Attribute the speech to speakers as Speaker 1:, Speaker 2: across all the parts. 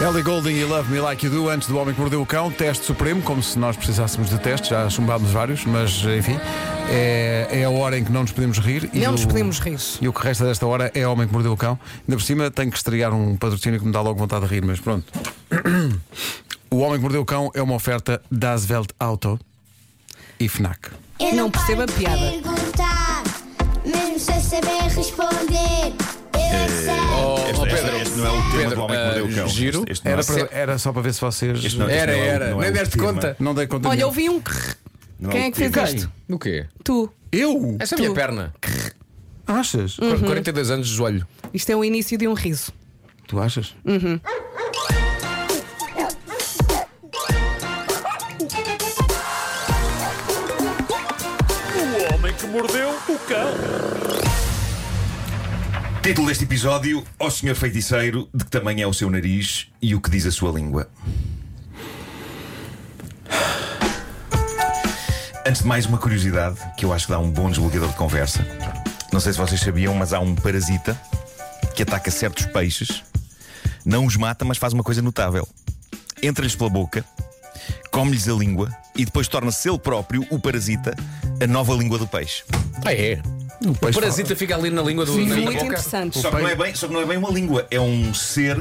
Speaker 1: Ellie Golding e Love Me Like You Do antes do Homem que Mordeu o Cão, teste supremo, como se nós precisássemos de testes, já chumbámos vários, mas enfim, é, é a hora em que não nos podemos rir.
Speaker 2: Não nos
Speaker 1: o-
Speaker 2: podemos rir.
Speaker 1: E o que resta desta hora é Homem que Mordeu o Cão. Ainda por cima tenho que estrear um patrocínio que me dá logo vontade de rir, mas pronto. O Homem que Mordeu o Cão é uma oferta da Asvelt Auto e FNAC.
Speaker 3: Eu
Speaker 2: Não percebo
Speaker 3: paro
Speaker 2: a piada.
Speaker 3: de perguntar, mesmo sem saber responder. Eu é sei.
Speaker 4: Oh,
Speaker 5: Este- este-
Speaker 4: Pedro,
Speaker 5: este não é o tema
Speaker 4: Pedro,
Speaker 5: do homem que mordeu o
Speaker 4: eh,
Speaker 5: cão.
Speaker 4: giro.
Speaker 5: Este- este não
Speaker 1: Era,
Speaker 5: é-
Speaker 1: para- era só para ver se vocês.
Speaker 5: Este não é-
Speaker 4: Era,
Speaker 5: Não é o-
Speaker 4: era.
Speaker 5: não é
Speaker 4: Nem
Speaker 5: o
Speaker 4: deste tema. conta.
Speaker 1: Não dei conta
Speaker 2: Olha,
Speaker 1: nenhuma.
Speaker 2: ouvi um crrr.
Speaker 5: não é
Speaker 2: Quem
Speaker 5: o
Speaker 2: é que fez
Speaker 5: tema.
Speaker 2: isto?
Speaker 4: No quê?
Speaker 2: Tu.
Speaker 1: Eu?
Speaker 4: Essa é a minha perna.
Speaker 1: Achas?
Speaker 2: Hum. Uhum.
Speaker 4: 42 anos de joelho.
Speaker 2: Isto é o início de um riso.
Speaker 1: Tu achas?
Speaker 2: Hum.
Speaker 6: O homem que mordeu o cão.
Speaker 5: Título deste episódio: Ó Senhor Feiticeiro, de que tamanho é o seu nariz e o que diz a sua língua? Antes de mais, uma curiosidade que eu acho que dá um bom desbloqueador de conversa. Não sei se vocês sabiam, mas há um parasita que ataca certos peixes, não os mata, mas faz uma coisa notável: entra-lhes pela boca, come-lhes a língua e depois torna-se ele próprio, o parasita, a nova língua do peixe.
Speaker 4: Ah, é? O parasita fica ali na língua do na
Speaker 2: Muito
Speaker 4: boca.
Speaker 2: interessante.
Speaker 5: Só que, não é bem, só que não é bem uma língua, é um ser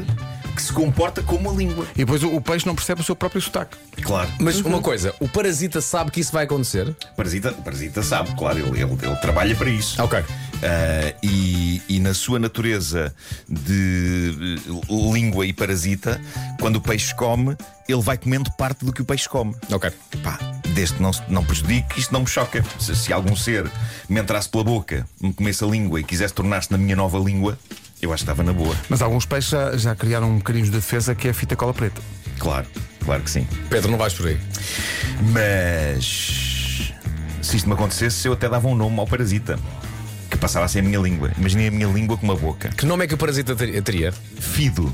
Speaker 5: que se comporta como uma língua.
Speaker 1: E depois o, o peixe não percebe o seu próprio sotaque.
Speaker 5: Claro.
Speaker 4: Mas
Speaker 2: Uhum.
Speaker 4: uma coisa, o parasita sabe que isso vai acontecer?
Speaker 5: O parasita, o parasita sabe, claro, ele, ele- ele trabalha para isso.
Speaker 4: Ok.
Speaker 5: Ah, e, e na sua natureza de eh, língua e parasita, quando o peixe come, ele vai comendo parte do que o peixe come.
Speaker 4: Ok.
Speaker 5: Pá, desde que não, se- não prejudique, isto não me choca. Se, se algum ser me entrasse pela boca, me comesse a língua e quisesse tornar-se na minha nova língua, eu acho que estava na boa.
Speaker 1: Mas alguns peixes já, já criaram um mecanismo de defesa que é a fita cola preta.
Speaker 5: Claro, claro que sim.
Speaker 4: Pedro, não vais por aí.
Speaker 5: Mas se isto me acontecesse, eu até dava um nome ao parasita que passava a ser a minha língua. Imaginei a minha língua com uma boca.
Speaker 4: Que nome é que o parasita ter- teria?
Speaker 5: Fido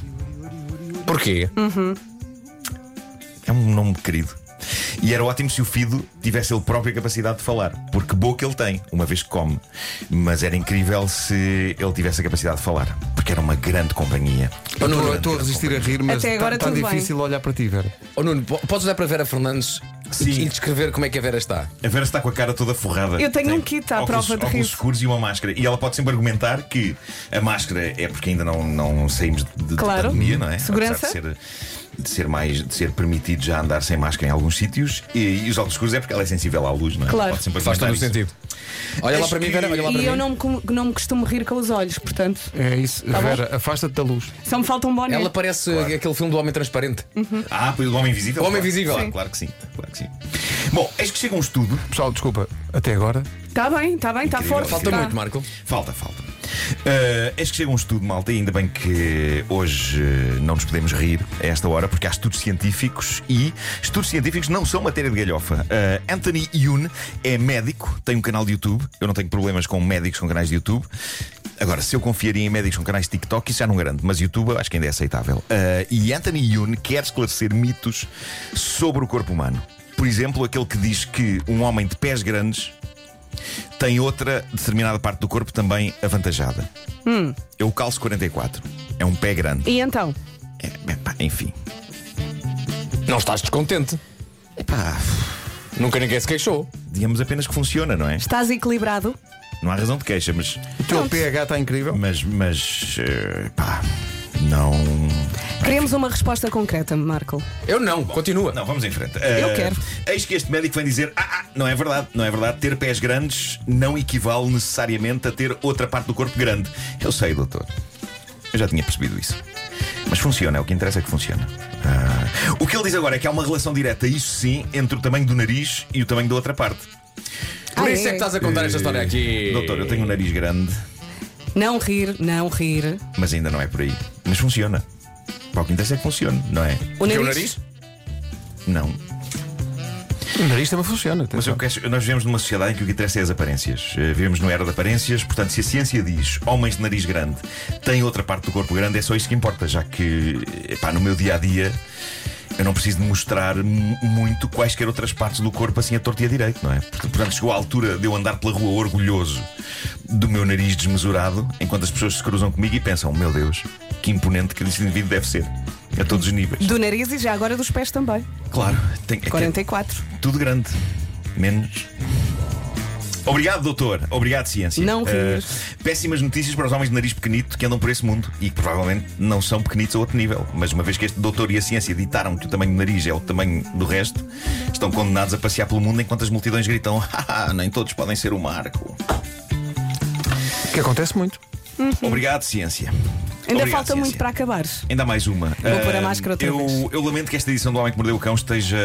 Speaker 4: Porquê?
Speaker 2: Hum.
Speaker 5: é um nome querido. E era ótimo se o Fido tivesse ele própria capacidade de falar, porque boca ele tem, uma vez que come. Mas era incrível se ele tivesse a capacidade de falar, porque era uma grande companhia.
Speaker 1: Eu
Speaker 4: Oh, Nuno,
Speaker 1: estou- estou a resistir a rir, mas
Speaker 2: Até agora
Speaker 1: está
Speaker 2: tudo bem.
Speaker 1: difícil olhar para ti, Vera.
Speaker 4: Oh, Nuno, po- podes olhar para Vera Fernandes
Speaker 5: Sim.
Speaker 4: e descrever como é que a Vera está?
Speaker 5: A Vera está com a cara toda forrada.
Speaker 2: Eu tenho
Speaker 5: Tem
Speaker 2: um kit à
Speaker 5: óculos-
Speaker 2: prova de
Speaker 5: óculos
Speaker 2: riso.
Speaker 5: escuros e uma máscara. E ela pode sempre argumentar que a máscara é porque ainda não, não saímos de, de
Speaker 2: Claro.
Speaker 5: da pandemia, não é?
Speaker 2: Segurança.
Speaker 5: Apesar de ser, de ser mais de ser permitido já andar sem máscara em alguns sítios. E, e os óculos escuros é porque ela é sensível à luz, não é?
Speaker 2: Claro.
Speaker 5: Pode sempre
Speaker 4: Faz todo o
Speaker 5: argumentar
Speaker 4: sentido. Olha lá
Speaker 5: Acho
Speaker 4: para mim,
Speaker 5: que-
Speaker 4: Vera, olha lá para
Speaker 2: E eu
Speaker 4: mim.
Speaker 2: não me, com- não me costumo rir com os olhos, portanto,
Speaker 1: É isso.
Speaker 2: Tá bom.
Speaker 1: Vera, afasta-te da luz.
Speaker 2: só me falta um boné.
Speaker 4: Ela parece aquele filme do Homem Transparente.
Speaker 2: Tá.
Speaker 5: isso. Ah, pois o homem invisível.
Speaker 4: O Homem
Speaker 5: claro.
Speaker 4: Invisível.
Speaker 5: Claro,
Speaker 4: Sim.
Speaker 5: claro que sim. Claro que sim. Bom, eis que chega um estudo
Speaker 1: Pessoal, desculpa, até agora.
Speaker 2: Está Tá bem, está bem, está
Speaker 5: Incrível.
Speaker 2: forte.
Speaker 4: Falta
Speaker 2: tá.
Speaker 4: muito, Marco.
Speaker 5: Falta, falta. Uh, eis que chega um estudo, malta, e ainda bem que hoje eh, não nos podemos rir a esta hora, porque há estudos científicos e estudos científicos não são matéria de galhofa. Uh, Anthony Yoon é médico, tem um canal de YouTube. Eu não tenho problemas com médicos com canais de YouTube. Agora, se eu confiaria em médicos com canais de TikTok, isso já não garanto, mas YouTube eu acho que ainda é aceitável. Uh, e Anthony Yoon quer esclarecer mitos sobre o corpo humano. Por exemplo, aquele que diz que um homem de pés grandes tem outra determinada parte do corpo também avantajada. Eu calço 44. É um pé grande.
Speaker 2: E então?
Speaker 5: É, é pá, enfim.
Speaker 4: Não estás descontente.
Speaker 5: Epá,
Speaker 4: Nunca ninguém se queixou.
Speaker 5: É digamos apenas que funciona, não é?
Speaker 2: Estás equilibrado?
Speaker 5: Não há razão de queixa, mas.
Speaker 1: O teu pH está incrível.
Speaker 5: Mas. Mas. eh, pá. Não.
Speaker 2: Queremos uma resposta concreta, Marco.
Speaker 4: Eu não, continua.
Speaker 5: Não, vamos em frente.
Speaker 2: Eu
Speaker 5: Eh,
Speaker 2: quero.
Speaker 5: Eis que este médico vem dizer: ah, ah, não é verdade, não é verdade. Ter pés grandes não equivale necessariamente a ter outra parte do corpo grande. Eu sei, doutor. Eu já tinha percebido isso. Mas funciona, o que interessa é que funciona. Ah, O que ele diz agora é que há uma relação direta, isso sim, entre o tamanho do nariz e o tamanho da outra parte.
Speaker 4: Por
Speaker 2: Ah,
Speaker 4: isso é que estás a contar esta história aqui.
Speaker 5: Doutor, eu tenho um nariz grande,
Speaker 2: Não rir, não rir.
Speaker 5: mas ainda não é por aí. Mas funciona. Pá, O que interessa é que funcione, não é?
Speaker 2: O
Speaker 4: Teu
Speaker 2: nariz,
Speaker 4: nariz?
Speaker 5: Não.
Speaker 1: O nariz também funciona.
Speaker 5: Mas eu
Speaker 1: atenção.
Speaker 5: quero- nós vivemos numa sociedade em que o que interessa é as aparências. Eh, Vivemos numa era de aparências, portanto, se a ciência diz homens de nariz grande têm outra parte do corpo grande, é só isso que importa, já que epá, no meu dia a dia eu não preciso de mostrar mu- muito quaisquer outras partes do corpo assim a torto e a direito, não é? Portanto, portanto, chegou a altura de eu andar pela rua orgulhoso do meu nariz desmesurado, enquanto as pessoas se cruzam comigo e pensam: meu Deus, que imponente que este indivíduo deve ser. A todos os níveis.
Speaker 2: Do nariz e já agora dos pés também.
Speaker 5: Claro, tem, é que é
Speaker 2: 44.
Speaker 5: tudo grande. Menos. Obrigado, doutor. Obrigado, ciência.
Speaker 2: Não rir.
Speaker 5: Eh, péssimas notícias para os homens de nariz pequenito que andam por esse mundo e que provavelmente não são pequenitos a outro nível. Mas uma vez que este doutor e a ciência ditaram que o tamanho do nariz é o tamanho do resto, estão condenados a passear pelo mundo enquanto as multidões gritam: Haha, nem todos podem ser o Marco.
Speaker 1: Que acontece muito.
Speaker 5: Obrigado, ciência.
Speaker 2: Ainda
Speaker 5: Obrigado,
Speaker 2: falta muito
Speaker 5: ciência.
Speaker 2: para acabar.
Speaker 5: Ainda há mais uma.
Speaker 2: Vou pôr a
Speaker 5: Ah,
Speaker 2: máscara outra
Speaker 5: eu,
Speaker 2: vez.
Speaker 5: eu lamento que esta edição do Homem que Mordeu o Cão esteja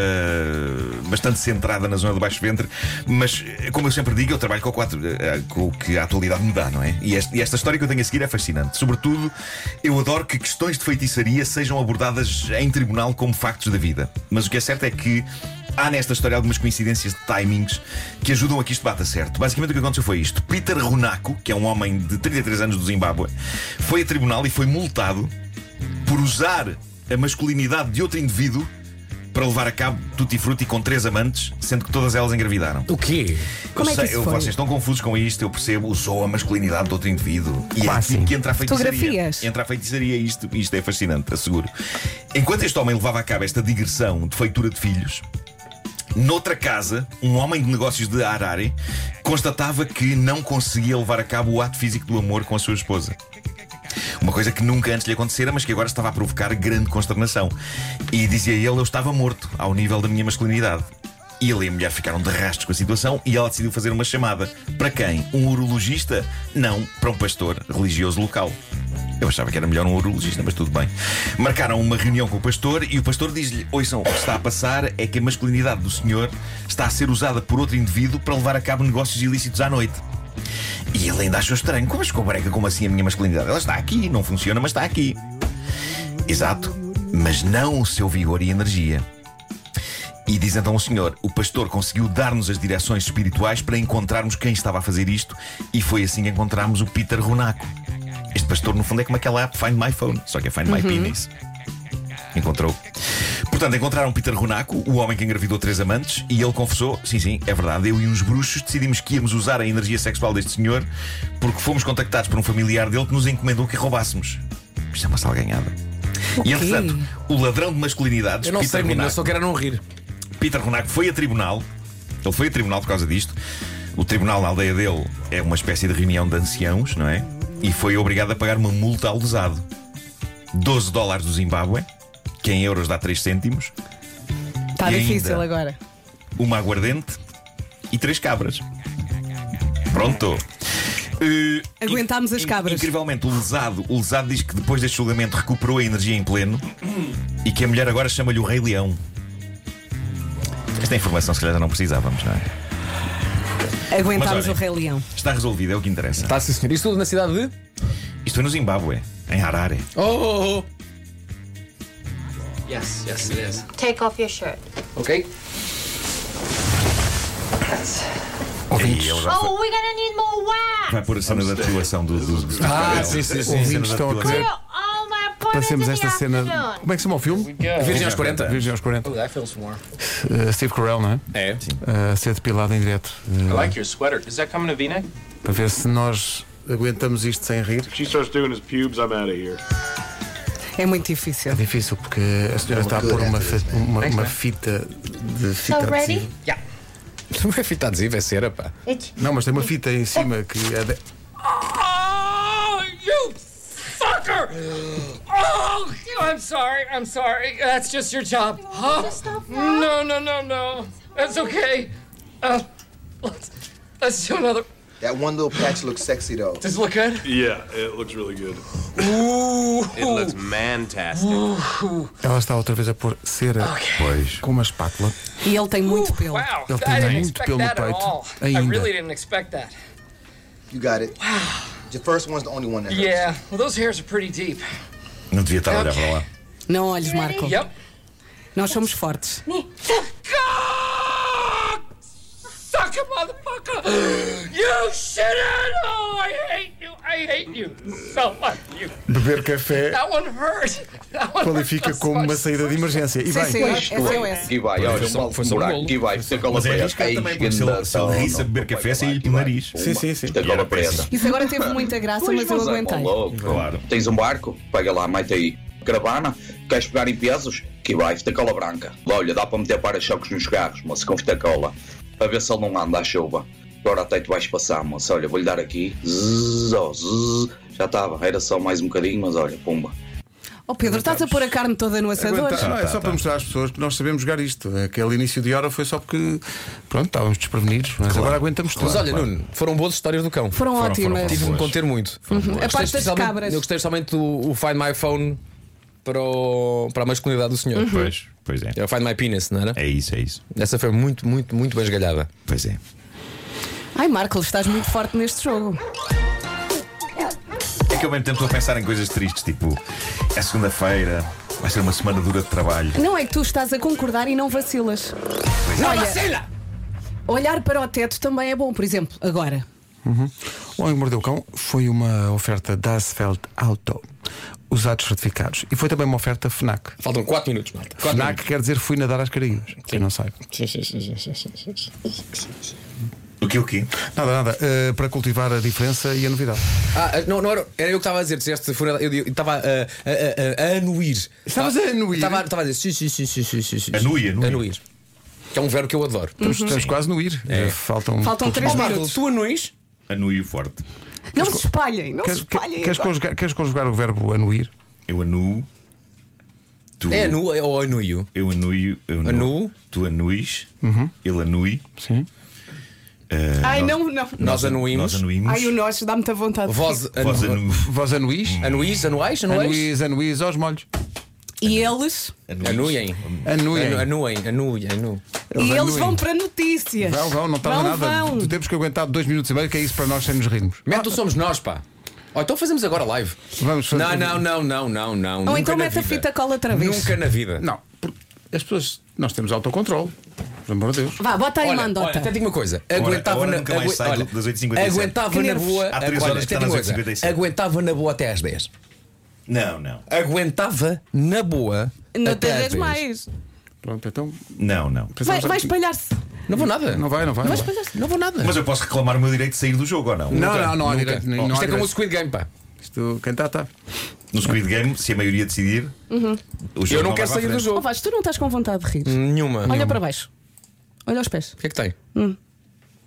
Speaker 5: bastante centrada na zona do baixo ventre, mas eh, como eu sempre digo, eu trabalho com, o quatro- eh, com o que a atualidade me dá, não é? E, este- e esta história que eu tenho a seguir é fascinante. Sobretudo, eu adoro que questões de feitiçaria sejam abordadas em tribunal como factos da vida. Mas o que é certo é que. Há nesta história algumas coincidências de timings que ajudam a que isto bata certo. Basicamente o que aconteceu foi isto. Peter Runaco, que é um homem de 33 anos do Zimbábue, foi a tribunal e foi multado por usar a masculinidade de outro indivíduo para levar a cabo tutti frutti com três amantes, sendo que todas elas engravidaram.
Speaker 4: O quê?
Speaker 2: Como
Speaker 5: eu
Speaker 2: é que
Speaker 5: sei,
Speaker 2: isso
Speaker 5: eu-
Speaker 2: foi?
Speaker 5: vocês estão confusos com isto, eu percebo, usou a masculinidade de outro indivíduo. E é
Speaker 1: Claro,
Speaker 5: aqui
Speaker 1: sim.
Speaker 5: que entra a feitiçaria.
Speaker 2: assim? Fotografias.
Speaker 5: Entra a feitiçaria isto, isto é fascinante, asseguro. Enquanto este homem levava a cabo esta digressão de feitura de filhos, Noutra casa, um homem de negócios de Harare constatava que não conseguia levar a cabo o ato físico do amor com a sua esposa. Uma coisa que nunca antes lhe acontecera, mas que agora estava a provocar grande consternação. E dizia ele: Eu estava morto, ao nível da minha masculinidade. E ele e a mulher ficaram de rastros com a situação e ela decidiu fazer uma chamada. Para quem? Um urologista? Não, para um pastor religioso local. Eu achava que era melhor um urologista, mas tudo bem. Marcaram uma reunião com o pastor e o pastor diz-lhe: Ouçam, o que está a passar é que a masculinidade do senhor está a ser usada por outro indivíduo para levar a cabo negócios ilícitos à noite. E ele ainda achou estranho. Como ficou breca? Como assim a minha masculinidade? Ela está aqui, não funciona, mas está aqui. Exato, mas não o seu vigor e energia. E diz então o senhor: o pastor conseguiu dar-nos as direções espirituais para encontrarmos quem estava a fazer isto, e foi assim que encontramos o Peter Ronaco. Este pastor, no fundo, é como aquela app Find My Phone, só que é Find My
Speaker 4: Uhum.
Speaker 5: Penis. Encontrou. Portanto, encontraram Peter Ronaco, o homem que engravidou três amantes, e ele confessou: sim, sim, é verdade, eu e uns bruxos decidimos que íamos usar a energia sexual deste senhor porque fomos contactados por um familiar dele que nos encomendou que roubássemos. Isto é uma salganhada. E
Speaker 2: quê?
Speaker 5: entretanto, o ladrão de masculinidades,
Speaker 4: Eu não
Speaker 5: Peter
Speaker 4: sei, menino, eu
Speaker 5: Ronaco-
Speaker 4: só quero é não rir.
Speaker 5: Peter Ronaco foi a tribunal. Ele foi a tribunal por causa disto. O tribunal na aldeia dele é uma espécie de reunião de anciãos, não é? E foi obrigado a pagar uma multa ao lesado. 12 dólares do Zimbábue, que em euros dá 3 cêntimos,
Speaker 2: Está Tá
Speaker 5: E
Speaker 2: difícil
Speaker 5: ainda?
Speaker 2: agora.
Speaker 5: uma aguardente e três cabras. Pronto. Eh,
Speaker 2: Aguentámos as
Speaker 5: in-
Speaker 2: cabras.
Speaker 5: Incrivelmente, o lesado, o lesado diz que depois deste julgamento recuperou a energia em pleno e que a mulher agora chama-lhe o Rei Leão. Esta informação, se calhar, já não precisávamos, não é?
Speaker 2: Aguentámos
Speaker 5: olhem.
Speaker 2: o Rei Leão.
Speaker 5: Está resolvido, é o que interessa.
Speaker 4: Está Tá, sim, senhor. Isso tudo na cidade de.
Speaker 5: Isto é no Zimbábue, em Harare.
Speaker 4: Oh, oh, oh.
Speaker 7: Take off your shirt.
Speaker 4: Ok.
Speaker 5: E ele já
Speaker 7: Oh, we're gonna need more wax.
Speaker 5: vai pôr a cena da atuação do. do, do
Speaker 4: Ah,
Speaker 5: do-
Speaker 4: sim, sim, sim.
Speaker 5: cena
Speaker 1: Ouvintes
Speaker 5: da
Speaker 1: estão a
Speaker 5: atuação.
Speaker 1: querer.
Speaker 7: We're all my appointments in
Speaker 1: Passemos
Speaker 7: the
Speaker 1: esta cena.
Speaker 7: afternoon.
Speaker 1: Como é que se chama o filme?
Speaker 4: Virgem aos 40.
Speaker 1: Virgem aos 40.
Speaker 8: That feels warm.
Speaker 1: Eh, Steve Carell, não é?
Speaker 4: É.
Speaker 1: A ser depilado em direto. eh,
Speaker 8: I like your sweater. Does that come in a V-neck?
Speaker 1: para ver se nós aguentamos isto sem rir.
Speaker 6: She starts doing his pubes, I'm out of here.
Speaker 2: É muito difícil.
Speaker 1: É difícil porque a senhora está a pôr uma, fi- uma, uma fita de fita
Speaker 7: So ready?
Speaker 1: adesiva.
Speaker 4: Não é fita adesiva, é cera, pá.
Speaker 7: It's
Speaker 1: Não, mas tem uma fita em cima que é de-
Speaker 9: Oh, you fucker! Oh, I'm sorry. I'm sorry. That's just your job. Huh?
Speaker 7: stop now?
Speaker 9: No, no, no, no. That's okay. Uh, let's, let's do another.
Speaker 10: That one little patch looks sexy though.
Speaker 9: Does it look good?
Speaker 6: Yeah, it looks really good.
Speaker 9: Ooh.
Speaker 8: It looks mantastic.
Speaker 1: Ela está outra vez a pôr cera
Speaker 5: Pois.
Speaker 1: com uma espátula.
Speaker 2: E ele tem muito
Speaker 4: Uh,
Speaker 2: pelo.
Speaker 9: Wow.
Speaker 1: Ele tem
Speaker 9: I didn't
Speaker 1: muito
Speaker 9: expect
Speaker 1: pelo no
Speaker 9: that at
Speaker 1: peito
Speaker 9: all. I
Speaker 1: ainda.
Speaker 9: really didn't expect that.
Speaker 10: You got it. The first one's the only one that hurts.
Speaker 9: Yeah. Well, those hairs are pretty deep.
Speaker 5: Não devia estar a olhar para lá.
Speaker 2: Não olhes, Marco.
Speaker 9: Yep.
Speaker 2: Nós somos fortes.
Speaker 9: Cock! Suck it, motherfucker! You shithead! Oh, I hate you! I hate you so much! You.
Speaker 1: Beber café
Speaker 9: That one hurt! That one
Speaker 1: qualifica
Speaker 9: hurt
Speaker 1: como uma
Speaker 9: so
Speaker 1: saída de emergência. E
Speaker 2: Sim,
Speaker 1: bem,
Speaker 2: sim, é seu esse.
Speaker 11: E vai, olha,
Speaker 4: só- foi
Speaker 11: foi
Speaker 4: só um
Speaker 11: um buraco.
Speaker 4: golo.
Speaker 11: E vai, fica
Speaker 5: Mas é
Speaker 11: para
Speaker 5: arriscado também, porque se ele, se ele risse a beber café, sai-lhe pelo nariz.
Speaker 1: sim, sim, sim.
Speaker 11: Fica
Speaker 5: Era
Speaker 11: cola preta.
Speaker 2: Isso agora teve muita graça, mas eu aguentei.
Speaker 11: louco.
Speaker 5: Claro.
Speaker 11: Tens um barco, pega lá, mete aí. Caravana, Queres pegar em pesos? Que vai, fita cola branca. Olha, dá para meter para-choques nos carros, mas com fita cola. Para ver se ele não anda à chuva. Agora até tu vais passar, mas olha, vou-lhe dar aqui. Zzz, oh, zzz. Já estava, era só mais um bocadinho, mas olha, pumba.
Speaker 2: Oh Pedro, estás a pôr a carne toda no assador?
Speaker 1: Aguenta- não, é só para mostrar às pessoas que nós sabemos jogar isto. Aquele início de hora foi só porque pronto, estávamos desprevenidos, mas agora aguentamos tudo.
Speaker 4: Mas olha,
Speaker 1: Claro.
Speaker 4: Nuno, foram boas histórias do cão.
Speaker 2: Foram Foram, ótimas. foram
Speaker 4: Tive de me
Speaker 2: boas.
Speaker 4: conter muito.
Speaker 2: Uhum. A
Speaker 4: Gostei
Speaker 2: parte das
Speaker 4: especialmente-
Speaker 2: cabras.
Speaker 4: Eu gostei especialmente do o Find My Phone para, o- para a masculinidade do senhor.
Speaker 5: Uhum. Pois, pois é.
Speaker 4: É o Find My Penis, não era?
Speaker 5: É isso, é isso.
Speaker 4: Essa foi muito, muito, muito bem esgalhada.
Speaker 5: Pois é.
Speaker 2: Ai, Marco, estás muito forte neste jogo.
Speaker 5: É que ao mesmo tempo estou a pensar em coisas tristes, tipo, é segunda-feira, vai ser uma semana dura de trabalho.
Speaker 2: Não é que tu estás a concordar e não vacilas. Não vacila! Olhar para o teto também é bom, por exemplo, agora.
Speaker 1: Uhum. O Homem que Mordeu o Cão foi uma oferta da Asfeld Auto, usados certificados. E foi também uma oferta FNAC.
Speaker 4: Faltam 4 minutos, malta. Quatro
Speaker 1: FNAC quer dizer fui nadar às Caraíbas. Quem não sabe.
Speaker 5: O que o quê?
Speaker 1: Nada, nada. eh, para cultivar a diferença e a novidade.
Speaker 4: Ah, não, não era, era eu que estava a dizer, disseste funeral. Eu eu estava a, a, a, a anuir.
Speaker 1: Estavas a anuir?
Speaker 4: Estava, estava a dizer, sim, sim, sim, sim, sim, sim.
Speaker 5: Anui, anui.
Speaker 4: Anuir. Que é um verbo que eu adoro.
Speaker 1: Estamos, estamos quase no ir.
Speaker 4: É.
Speaker 1: Eh, Faltam.
Speaker 2: Uhum. Faltam três
Speaker 4: Oh, Marco,
Speaker 2: minutos.
Speaker 4: tu anuis?
Speaker 5: Anuio forte.
Speaker 2: Não se espalhem, não
Speaker 1: Queres,
Speaker 2: se espalhem.
Speaker 1: queres
Speaker 2: agora.
Speaker 1: conjugar, queres conjugar o verbo anuir?
Speaker 5: Eu anuo. Tu,
Speaker 4: É anu é- ou anuio?
Speaker 5: Eu anuio. Eu anuo.
Speaker 4: Anuo.
Speaker 5: Tu anuis. Ele anui.
Speaker 1: Sim.
Speaker 5: eh,
Speaker 2: Ai,
Speaker 5: nós-
Speaker 2: não, não.
Speaker 4: Nós anuímos.
Speaker 5: Nós anuímos.
Speaker 2: Ai, o nós dá muita vontade.
Speaker 4: Vós
Speaker 5: Vós
Speaker 4: anu-
Speaker 5: anu...
Speaker 1: Vós anuís?
Speaker 4: anuís, anuais, anuais?
Speaker 1: Anuís, anuís aos molhos.
Speaker 2: E eles,
Speaker 5: anuis.
Speaker 4: Anuiem.
Speaker 1: Anuiem.
Speaker 4: É, Anu- Anuem, anuiem, anu.
Speaker 2: e eles
Speaker 1: anuem.
Speaker 2: vão para notícias.
Speaker 1: Vão, vão, não estava
Speaker 2: Vão,
Speaker 1: nada.
Speaker 2: vão.
Speaker 1: Tu Temos que aguentar dois minutos e meio, que é isso para nós sem nos rirmos.
Speaker 4: Mete o somos nós, pá. Ou então fazemos agora live.
Speaker 1: Vamos fazer-
Speaker 4: Não, não, não, não, não, não.
Speaker 2: Ou
Speaker 4: Nunca
Speaker 2: então
Speaker 4: na
Speaker 2: mete a
Speaker 4: vida.
Speaker 2: fita cola outra vez.
Speaker 4: Nunca na vida.
Speaker 1: Não, porque as pessoas. Nós temos autocontrole. Pelo amor de Deus.
Speaker 2: Vá, bota aí,
Speaker 4: Olha, olha,
Speaker 2: mandota.
Speaker 4: até digo uma coisa.
Speaker 5: Ora,
Speaker 4: Aguentava
Speaker 5: ora
Speaker 4: na
Speaker 5: nunca mais sai
Speaker 4: olha,
Speaker 5: do- das 8h57.
Speaker 4: Aguentava na boa.
Speaker 5: Há três
Speaker 4: olha,
Speaker 5: horas que
Speaker 4: até
Speaker 5: está
Speaker 4: digo
Speaker 5: nas
Speaker 4: uma
Speaker 5: 8h57.
Speaker 4: Aguentava na boa até às 10.
Speaker 5: Não, não.
Speaker 4: Aguentava na boa.
Speaker 2: Não
Speaker 4: até às
Speaker 2: tens
Speaker 4: 10.
Speaker 2: mais.
Speaker 1: Pronto, então.
Speaker 5: Não, não.
Speaker 2: Vai,
Speaker 1: pensamos- assim.
Speaker 2: vai espalhar-se.
Speaker 4: Não vou nada.
Speaker 1: Não vai, não vai.
Speaker 4: Não
Speaker 1: Não,
Speaker 4: vou
Speaker 1: vai.
Speaker 4: espalhar- não vou nada.
Speaker 5: Mas eu posso reclamar o meu direito de sair do jogo ou não?
Speaker 1: não, não, não há
Speaker 4: Nunca.
Speaker 1: direito.
Speaker 4: Isto
Speaker 1: Não há
Speaker 4: é como o
Speaker 1: direito.
Speaker 4: Squid Game, pá.
Speaker 1: Isto, quem tá, está, está.
Speaker 5: No Squid Game, se a maioria decidir,
Speaker 2: Uhum.
Speaker 5: o jogo
Speaker 4: Eu não
Speaker 5: vai
Speaker 4: quero
Speaker 5: para a
Speaker 4: sair do
Speaker 5: frente.
Speaker 2: Oh,
Speaker 4: jogo.
Speaker 2: Vasco, tu não estás com vontade de rir.
Speaker 1: Hum.
Speaker 4: Nenhuma.
Speaker 2: Olha
Speaker 4: nenhuma.
Speaker 2: para Hum. baixo. Olha os pés.
Speaker 4: O que é que tem?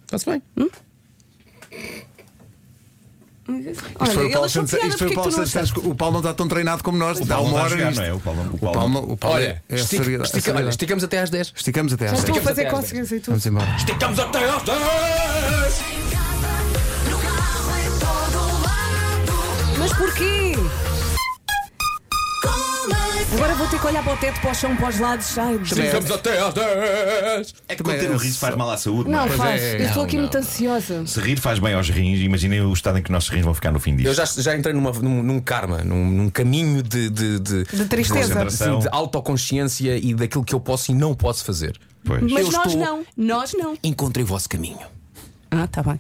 Speaker 4: Está-se bem.
Speaker 2: Hum.
Speaker 1: Isto foi o
Speaker 2: ele
Speaker 1: Paulo
Speaker 2: achou
Speaker 1: Santos. Isto foi
Speaker 2: piada,
Speaker 1: o
Speaker 2: porque é que
Speaker 1: Paulo
Speaker 2: tu não
Speaker 1: Santos. Santos. O Paulo não está tão treinado como nós.
Speaker 5: O
Speaker 1: Dá
Speaker 5: Paulo
Speaker 1: uma
Speaker 5: não
Speaker 1: hora.
Speaker 5: está a jogar,
Speaker 1: isto.
Speaker 5: não é? O Paulo não-
Speaker 1: O
Speaker 5: o
Speaker 1: Paulo,
Speaker 5: Paulo não-
Speaker 1: não- o Paulo
Speaker 4: Olha,
Speaker 1: é a
Speaker 4: estica-
Speaker 1: seriedade- a
Speaker 4: estica- olha,
Speaker 1: seriedade.
Speaker 4: esticamos até às 10.
Speaker 1: Esticamos até
Speaker 2: Já
Speaker 1: às
Speaker 2: estou a
Speaker 1: dez.
Speaker 2: fazer
Speaker 4: até às
Speaker 2: cócegas e tudo.
Speaker 1: Vamos embora.
Speaker 4: Esticamos até às 10!
Speaker 2: Mas porquê?
Speaker 3: é
Speaker 2: Agora vou ter que olhar para o teto, para o chão, para os lados. Ai,
Speaker 1: é
Speaker 4: Esticamos até às 10!
Speaker 5: É que conter o riso faz mal à saúde, não,
Speaker 2: não,
Speaker 5: é?
Speaker 2: faz.
Speaker 1: é,
Speaker 2: Eu estou aqui
Speaker 4: não,
Speaker 2: muito ansiosa.
Speaker 5: Se rir faz bem aos rins, imaginem o estado em que os nossos rins vão ficar no fim disto.
Speaker 4: Eu já, já entrei numa- num, num karma, num, num caminho de, de, de,
Speaker 2: De tristeza.
Speaker 4: Sim, de autoconsciência e daquilo que eu posso e não posso fazer.
Speaker 5: Pois.
Speaker 2: Mas
Speaker 4: Eu
Speaker 2: nós
Speaker 4: estou-
Speaker 2: não. Nós não.
Speaker 4: Encontrei o vosso caminho.
Speaker 2: Ah, tá bem.